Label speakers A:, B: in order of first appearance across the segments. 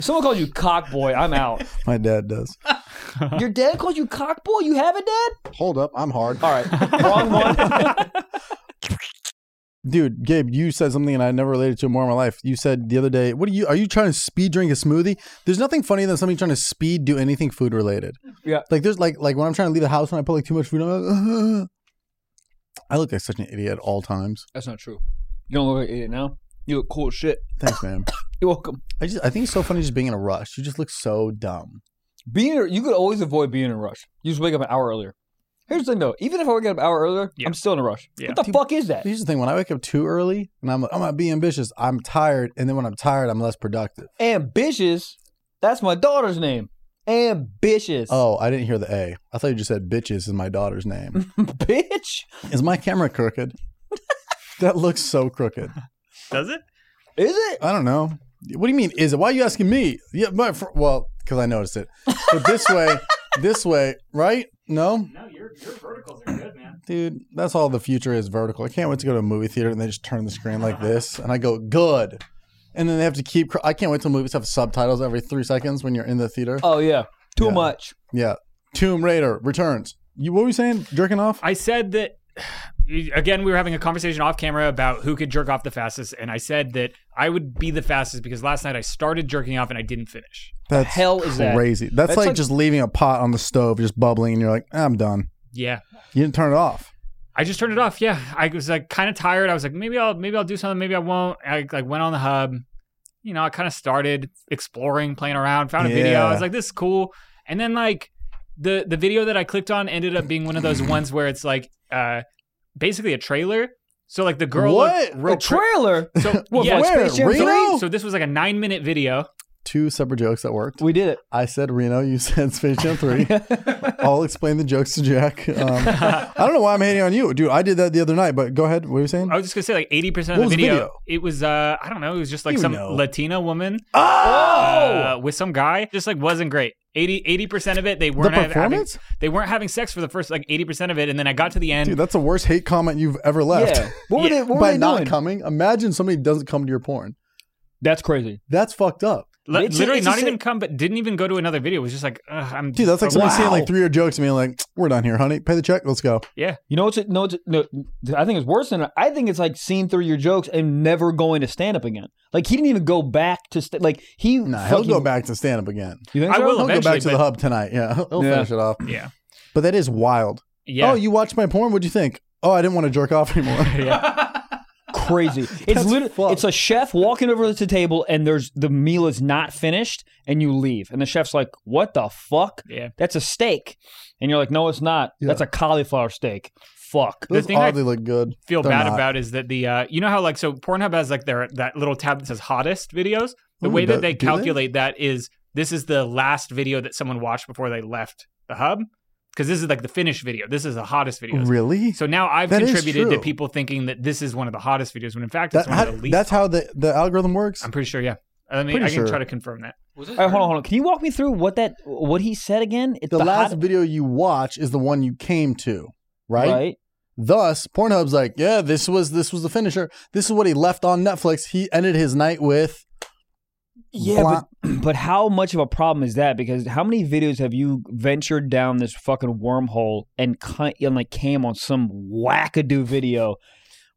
A: If someone calls you cock boy, I'm out.
B: My dad does.
A: Your dad calls you cock boy? You have a dad?
B: Hold up, I'm hard.
A: All right. Wrong one.
B: Dude, Gabe, you said something and I never related to it more in my life. You said the other day, "What are you? Are you trying to speed drink a smoothie?" There's nothing funnier than somebody trying to speed do anything food related.
A: Yeah.
B: Like there's like like when I'm trying to leave the house and I put like too much food on. I'm like, I look like such an idiot at all times.
A: That's not true. You don't look like an idiot now. You look cool as shit.
B: Thanks, man.
A: You're welcome.
B: I just I think it's so funny just being in a rush. You just look so dumb.
A: Being you could always avoid being in a rush. You just wake up an hour earlier. Here's the thing though. Even if I wake up an hour earlier,
C: Yeah.
A: I'm still in a rush.
C: Yeah.
A: What the fuck is that?
B: Here's the thing: when I wake up too early and I'm like, I'm gonna be ambitious. I'm tired, and then when I'm tired, I'm less productive.
A: Ambitious. That's my daughter's name. Ambitious.
B: Oh, I didn't hear the A. I thought you just said bitches is my daughter's name.
A: bitch.
B: is my camera crooked? that looks so crooked.
C: Does it?
A: Is it?
B: I don't know. What do you mean? Is it? Why are you asking me? Yeah, my fr- well, because I noticed it. But this way, this way, right? No,
C: No, your your verticals are good, man.
B: dude, that's all the future is vertical. I can't wait to go to a movie theater and they just turn the screen like this, and I go good, and then they have to keep. Cr- I can't wait till movies have subtitles every three seconds when you're in the theater.
A: Oh yeah. Too
B: Yeah.
A: much.
B: Yeah, Tomb Raider returns. You what were you saying? Jerking off?
C: I said that again. We were having a conversation off camera about who could jerk off the fastest, and I said that I would be the fastest because last night I started jerking off and I didn't finish.
B: That's
A: hell is that?
B: crazy. That's,
A: That's
B: like,
A: like-
B: just leaving a pot on the stove just bubbling, and you're like, "Ah, I'm done.
C: Yeah,
B: You didn't turn it off.
C: I just turned it off. Yeah, I was like kind of tired. I was like, maybe I'll maybe I'll do something. Maybe I won't. I like went on the hub. You know, I kind of started exploring, playing around, found a video. I
B: Yeah.
C: was like, this is cool. And then like the the video that I clicked on ended up being one of those ones where it's like uh basically a trailer. So like the girl
B: What?
C: looked real
A: a trailer.
C: pre- so yeah,
A: what?
B: Where?
A: Spaceship
B: Reno?
C: So this was like a nine minute video.
B: Two separate jokes that worked.
A: We did
B: I said Reno, you said Space Jam 3.
A: it.
B: I'll explain the jokes to Jack. Um, I don't know why I'm hating on you. Dude, I did that the other night, but go ahead. What were you saying?
C: I was just gonna say like eighty percent
B: What
C: of
B: was
C: the
B: the
C: video,
B: video?
C: It was uh I don't know, it was just like
B: You
C: some
B: know.
C: Latina woman
A: oh.
C: uh, with some guy. Just like wasn't great. 80 percent of it they
B: the
C: weren't hav- having
B: performance?
C: they weren't having sex for the first like eighty percent of it, and then I got to the end.
B: Dude, that's the worst hate comment you've ever left.
A: Yeah. What were
C: Yeah.
A: they? What were
B: By
A: they
B: not
A: doing?
B: coming. Imagine somebody doesn't come to your porn.
A: That's crazy.
B: That's fucked up.
C: Li-
A: it's-
C: literally
A: it's
C: not
A: just
C: even
A: a-
C: come, but didn't even go to another video. It was just like Ugh, I'm
B: Dude, that's like
C: Wow.
B: somebody seeing like three or jokes and being like, we're done here, honey. Pay the check. Let's go.
A: You know what's no, it's, no? I think it's worse than I think it's like seeing through your jokes and never going to stand up again. Like he didn't even go back to sta like he.
B: Nah, he'll
A: fucking-
B: go back to stand up again.
A: You think
C: I
A: so?
C: will
B: He'll go
C: Eventually,
B: back to the
C: but-
B: hub tonight. Yeah. He'll
A: Yeah.
B: finish it off.
C: Yeah.
B: But that is wild.
C: Yeah.
B: Oh, you watched my porn? What'd you think? Oh, I didn't want to jerk off anymore.
C: yeah.
A: Crazy. It's
B: That's
A: literally
B: fucked.
A: it's a chef walking over to the table and there's the meal is not finished and you leave and the chef's like, "What the fuck?
C: Yeah.
A: That's a steak," and you're like, "No, it's not.
B: Yeah.
A: That's a cauliflower steak." Fuck.
C: The
B: Those
C: thing I-
B: oddly look good.
C: Feel
B: They're
C: bad
B: not.
C: about is that the uh you know how like so Pornhub has like their that little tab that says hottest videos. The
B: Ooh,
C: way that
B: that-
C: they
B: do they?
C: calculate that is this is the last video that someone watched before they left the hub because this is like the finished video. This is the hottest video.
B: Really?
C: So now I've
B: That is
C: contributed to
B: true.
C: people thinking that this is one of the hottest videos when in fact it's
B: That-
C: one
B: how-
C: of the least.
B: that's how the, the algorithm works.
C: I'm pretty sure. Yeah. I mean,
B: Pretty
C: I can
B: sure.
C: try to confirm that.
A: All right, hold on, hold on. Can you walk me through what that what he said again? It's
B: the, last
A: hot-
B: video you watch is the one you came to, right? Thus, Pornhub's like, yeah, this was this was the finisher. This is what he left on Netflix. He ended his night with.
A: Yeah,
B: Blah.
A: but, but how much of a problem is that? Because how many videos have you ventured down this fucking wormhole and, cu- and like came on some wackadoo video?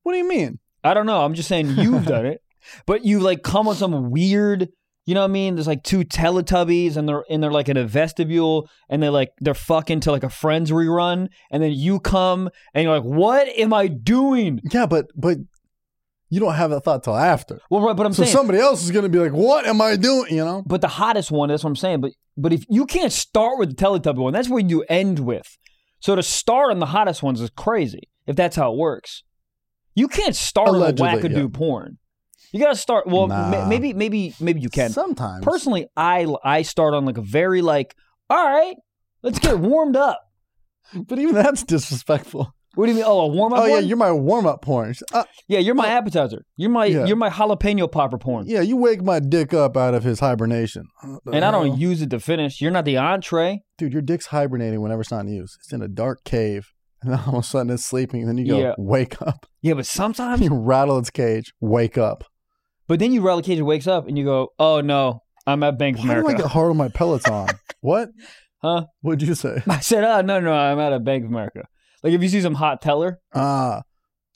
B: What do you mean?
A: I don't know. I'm just saying you've done it, but you like come on some weird. You know what I mean? There's like two Teletubbies, and they're and they're like in a vestibule, and they like they're fucking to like a Friends rerun, and then you come and you're like, "What am I doing?"
B: Yeah, but but you don't have that thought till after.
A: Well, right, but I'm
B: so
A: saying
B: somebody else is gonna be like, what am I doing? You know?
A: But the hottest one, that's what I'm saying. But but if you can't start with the Teletubby one, that's where you end with. So to start on the hottest ones is crazy. If that's how it works, you can't start on a
B: Allegedly,
A: wackadoo porn. You gotta start. Well, ma-
B: Nah.
A: maybe maybe maybe you can.
B: Sometimes.
A: Personally, I I start on like a very like, all right, let's get warmed up.
B: but even that's disrespectful.
A: What do you mean? Oh, a warm up.
B: Oh yeah, you're my warm up porn. Uh,
A: yeah, you're my appetizer. You're my
B: Yeah.
A: you're my jalapeno popper porn.
B: yeah, you wake my dick up out of his hibernation. Uh,
A: And I don't use it to finish. You're not the entree.
B: dude, your dick's hibernating whenever it's not in use. It's in a dark cave, and then all of a sudden it's sleeping. And then you go,
A: Yeah.
B: wake up.
A: Yeah, but sometimes
B: You rattle its cage, wake up.
A: But then you relegate, wakes up, and you go, "Oh no, I'm at Bank of
B: Why do I
A: America.
B: get hard on my Peloton? what?
A: Huh?
B: What'd you say?
A: I said, oh, no, no, I'm at a Bank of America. Like if you see some hot teller,
B: Ah,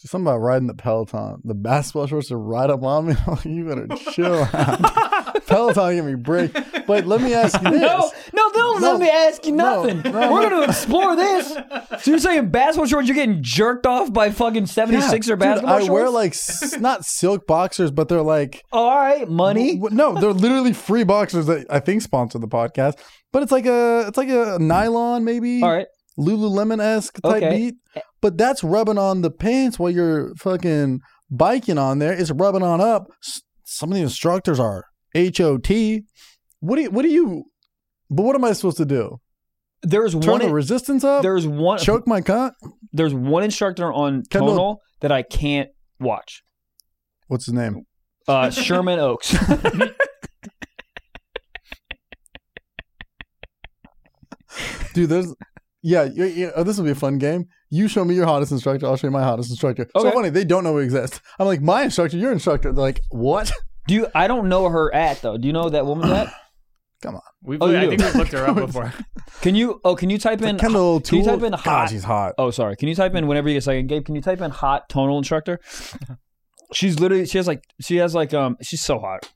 B: just something about riding the Peloton. The basketball shorts are right up on me. you better chill out. Peloton, give me a break. But let me ask you this.
A: no, no, don't
B: No.
A: let me ask you
B: No.
A: nothing.
B: No.
A: We're gonna explore this. So you're saying basketball shorts? You're getting jerked off by fucking 76
B: Yeah,
A: or basketball
B: dude,
A: shorts?
B: I wear like s- not silk boxers, but they're like
A: all right, money.
B: W- No, they're literally free boxers that I think sponsor the podcast. But it's like a it's like a nylon maybe
A: All right,
B: Lululemon esque type
A: Okay. Eh.
B: beat. But that's rubbing on the pants while you're fucking biking on there. It's rubbing on up. S- Some of the instructors are HOT. What do you, what do you? But what am I supposed to do?
A: there's
B: Turn
A: one.
B: the resistance up.
A: there's one.
B: Choke my cunt.
A: There's one instructor on
B: Kendall-
A: tonal that I can't watch.
B: What's his name?
A: Uh, Sherman Oaks.
B: Dude, there's yeah, you, you- oh, this will be a fun game. You show me your hottest instructor, I'll show you my hottest instructor. So
A: Okay.
B: funny, they don't know we exist. I'm like, my instructor, your instructor. They're like, what?
A: Do you, I don't know her at though. Do you know that woman's at?
C: We've,
A: Oh, you
C: I
A: do.
C: think we've looked her up before.
A: Can you? Oh, can you type in?
B: Kendall
A: can you
B: Tool.
A: type in
B: God,
A: hot?
B: she's hot.
A: Oh, sorry. Can you type in whenever you get a second, Gabe? Can you type in hot tonal instructor? She's literally. She has like. She has like. Um. She's so hot.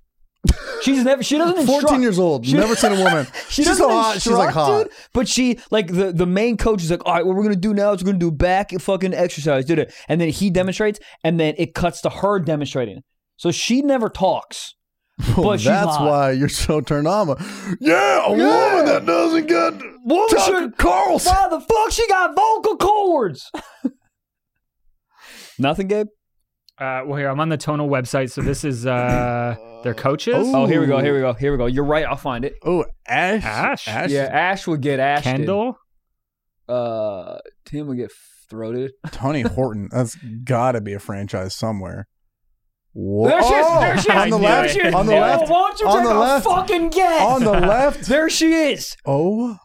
A: She's never. She doesn't. Instruct,
B: 14 years old,
A: She-
B: never seen a woman.
A: She
B: she's so
A: doesn't
B: hot, she's like
A: instruct,
B: hot.
A: dude, but she like the the main coach is like, all right, what we're gonna do now is we're gonna do back fucking exercise, did it? And then he demonstrates, and then it cuts to her demonstrating. So she never talks.
B: Well,
A: but she's
B: that's
A: hot.
B: why you're so turned on. by- Yeah, a
A: Yeah.
B: woman that doesn't get
A: Woman
B: Tucker
A: should-
B: Carlson.
A: Why the fuck she got vocal cords? Nothing, Gabe.
C: Uh, well, here I'm on the tonal website, so this is uh, their coaches.
B: Oh.
A: Oh, here we go.
B: Ooh.
A: Here we go. Here we go. You're right. I'll find it.
B: Oh, Ash.
C: Ash?
A: yeah, Ash would get
B: Oh,
A: Ash.
C: Kendall,
A: Uh, Tim would get throated.
B: Tony Horton. That's got to be a franchise somewhere. Whoa.
A: There she is.
B: Oh,
A: There she is.
B: On the
C: There
B: left.
C: she is.
B: On the
C: Yeah.
B: left.
A: Why don't you
B: On
A: take
B: the
A: a
B: left.
A: fucking guess?
B: On the left.
A: there she is.
B: Oh,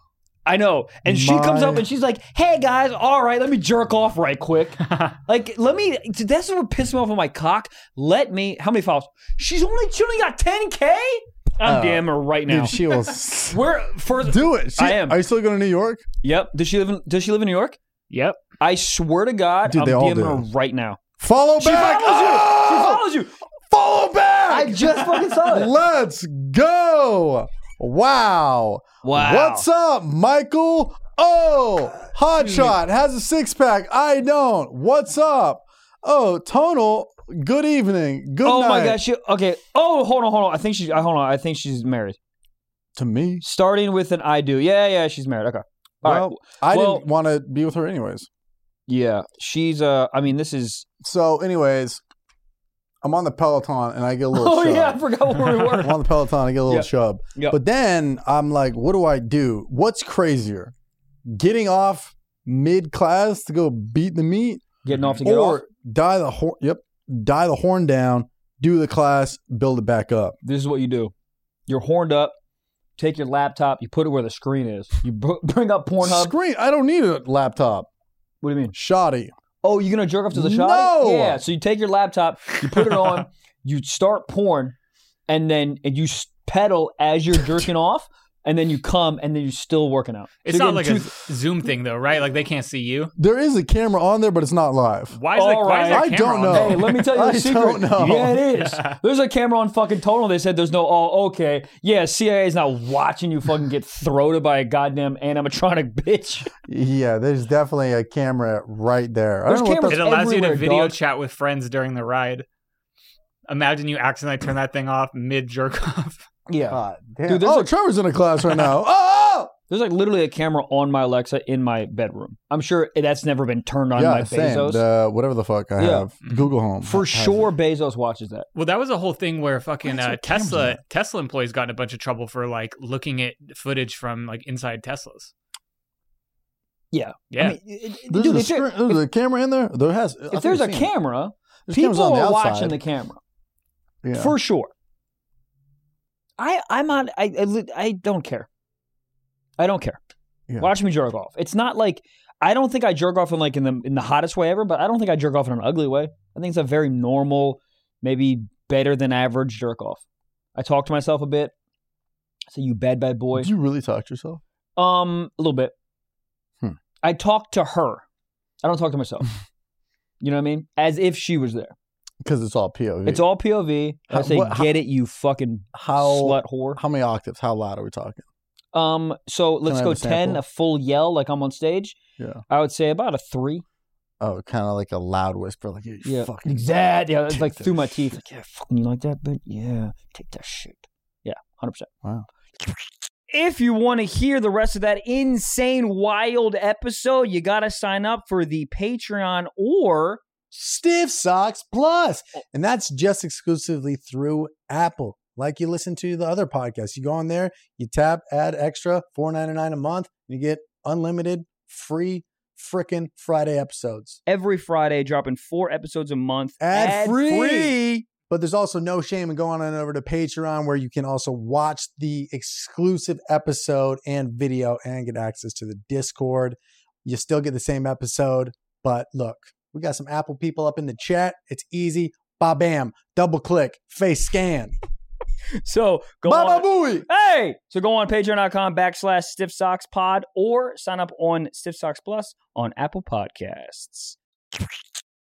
A: I know. And she comes
B: My-
A: up and she's like, hey guys, all right, let me jerk off right quick. like, let me, that's what pissed me off on my cock. Let me, how many fouls? She's only, she only got 10K? I'm
B: Uh,
A: damn her right now.
B: dude, she will s-
A: We're further.
B: do it. She-
A: I am.
B: Are you still going to New York?
A: yep. Does she live in, does she live in New York?
C: yep.
A: I swear to God,
B: Dude,
A: I'm
B: they all
A: DMing her
B: do.
A: right now.
B: Follow
A: She
B: back.
A: follows
B: Ah!
A: you. She follows you.
B: Follow back.
A: I just fucking saw it.
B: Let's go. Wow.
A: Wow.
B: What's up, Michael? Oh, Hotshot has a six pack. I don't. What's up? Oh, Tonal. Good evening. Good
A: Oh
B: night.
A: my gosh. She, okay. Oh, hold on, hold on. I think she's, I- hold on. I think she's married.
B: To me,
A: Starting with an I do. Yeah, yeah, she's married. Okay. All right.
B: Well, I
A: Well-
B: didn't want to be with her anyways.
A: Yeah. She's, uh, I mean, this is,
B: So, anyways, I'm on the Peloton and I get a little.
A: Oh
B: shove.
A: yeah, I forgot where we were.
B: I'm on the Peloton, I get a little
A: Yeah.
B: shove.
A: Yeah.
B: But then I'm like, what do I do? What's crazier? Getting off mid class to go beat the meat
A: Getting off to get
B: or
A: off.
B: die the horn yep, die the horn down, do the class, build it back up.
A: This is what you do. You're horned up. Take your laptop. You put it where the screen is. You br- bring up Pornhub.
B: Screen I don't need a laptop.
A: what do you mean?
B: Shoddy.
A: Oh, you're gonna jerk off to the shot?
B: No!
A: Yeah. So you take your laptop. You put it on. you start porn, and then and you s- pedal as you're jerking off, and then you come, and then you're still working out. So
C: It's
A: you're
C: not like
A: getting
C: a Zoom thing though, right? Like they can't see you.
B: There is a camera on there, but it's not live.
C: Why is, the,
A: All
C: why
A: right.
C: is there
B: I
C: a camera
B: don't
C: on
B: know.
C: there?
A: Hey, let me tell you
B: I
A: a secret.
B: don't know.
A: Yeah, it is. There's a camera on fucking Tonal. They said there's no. Oh, okay. Yeah, CIA's not watching you fucking get throated by a goddamn animatronic bitch.
B: Yeah, there's definitely a camera right there. I
A: There's
B: don't know what
A: cameras
B: the-
C: It allows you to
A: everywhere,
C: video
A: dog.
C: chat with friends during the ride. Imagine you accidentally turn that thing off mid jerk off.
A: Yeah.
B: God damn.
A: Dude, there's
B: oh,
A: a-
B: Trevor's in a class right now. Oh,
A: Uh, There's like literally a camera on my Alexa in my bedroom. I'm sure that's never been turned on by Bezos.
B: Uh, whatever the fuck I
A: Yeah.
B: have. Google Home.
A: For
B: has
A: sure,
B: it.
A: Bezos watches that.
C: Well, that was a whole thing where fucking
B: Why is there
C: uh,
B: cameras on
C: Tesla
B: it?
C: Tesla employees got in a bunch of trouble for like looking at footage from like inside Teslas.
A: Yeah.
C: Yeah.
A: I mean, it- it-
B: There's,
A: dude,
B: a,
A: if, there-
B: screen- there's a camera in there. There has. I
A: if
B: think
A: there's a
B: I've seen it.
A: camera,
B: There's cameras
A: people
B: on the
A: are
B: outside.
A: watching the camera
B: Yeah.
A: for sure. I I'm not. I I, li- I don't care. I don't care.
B: Yeah.
A: Watch me jerk off. It's not like I don't think I jerk off in like in the in the hottest way ever, but I don't think I jerk off in an ugly way. I think it's a very normal, maybe better than average jerk off. I talk to myself a bit. So you bad bad boy.
B: Did you really talk to yourself?
A: Um, a little bit.
B: Hmm.
A: I talk to her. I don't talk to myself. you know what I mean? As if she was there.
B: Because it's all POV.
A: It's all POV. I
B: How-
A: say,
B: what- how-
A: get it, you fucking
B: how
A: slut whore.
B: how many octaves? How loud are we talking?
A: Um, so let's
B: I
A: go
B: have a
A: ten,
B: sample?
A: a full yell like I'm on stage.
B: Yeah.
A: I would say about a three.
B: Oh, kind of like a loud whisper, like you
A: Yeah,
B: fucking
A: exactly. Yeah, it's
B: take
A: like
B: that
A: through my teeth.
B: shit.
A: Like, yeah, fucking you like that, but yeah, take that shit. Yeah, hundred percent.
B: Wow.
A: If you want to hear the rest of that insane, wild episode, you got to sign up for the Patreon or
B: Stiff Socks Plus.
A: Oh.
B: And that's just exclusively through Apple. Like you listen to the other podcasts. You go on there, you tap, add extra, four ninety nine a month, and you get unlimited free frickin' Friday episodes.
A: every Friday, dropping four episodes a month.
B: Ad, free.
A: Ad-free.
B: But there's also no shame in going on over to Patreon where you can also watch the exclusive episode and video and get access to the Discord. You still get the same episode, but look, we got some Apple people up in the chat. It's easy. Ba bam, double click, face scan.
A: So go on.
B: Baba booey.
A: Hey! So go on patreon.com backslash stiff socks pod or sign up on stiff socks plus on Apple Podcasts.